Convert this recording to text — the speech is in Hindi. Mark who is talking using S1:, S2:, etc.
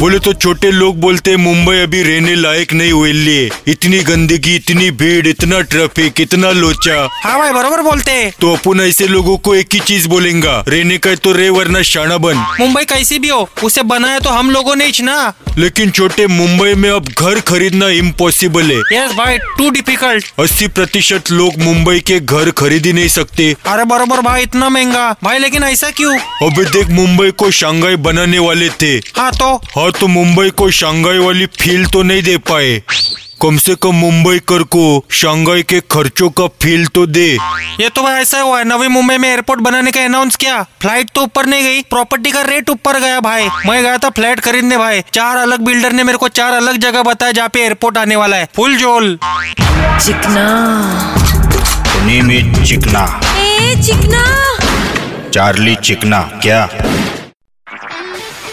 S1: बोले तो छोटे लोग बोलते हैं, मुंबई अभी रहने लायक नहीं हुए लिए इतनी गंदगी इतनी भीड़ इतना ट्रैफिक इतना लोचा
S2: हाँ भाई बरोबर बोलते हैं।
S1: तो अपन ऐसे लोगों को एक ही चीज बोलेंगे रहने का है तो रे वरना शाना बन
S2: मुंबई कैसी भी हो उसे बनाया तो हम लोगों ने ही ना
S1: लेकिन छोटे मुंबई में अब घर खरीदना इम्पॉसिबल है
S2: यस भाई टू डिफिकल्ट
S1: अस्सी प्रतिशत लोग मुंबई के घर खरीद ही नहीं सकते
S2: अरे बरोबर भाई इतना महंगा भाई लेकिन ऐसा क्यों
S1: अभी देख मुंबई को शंघाई बनाने वाले थे
S2: हाँ तो
S1: हाँ तो मुंबई को शंघाई वाली फील तो नहीं दे पाए कम से कम मुंबई कर को शंघाई के खर्चों का फील तो दे
S2: ये तो भाई ऐसा हुआ है नवी मुंबई में एयरपोर्ट बनाने का अनाउंस किया फ्लाइट तो ऊपर नहीं गई प्रॉपर्टी का रेट ऊपर गया भाई मैं गया था फ्लैट खरीदने भाई चार अलग बिल्डर ने मेरे को चार अलग जगह बताया जहाँ पे एयरपोर्ट आने वाला है फुल जोल
S3: चिकना
S4: धने में चिकना
S3: ए चिकना
S4: चार्ली चिकना क्या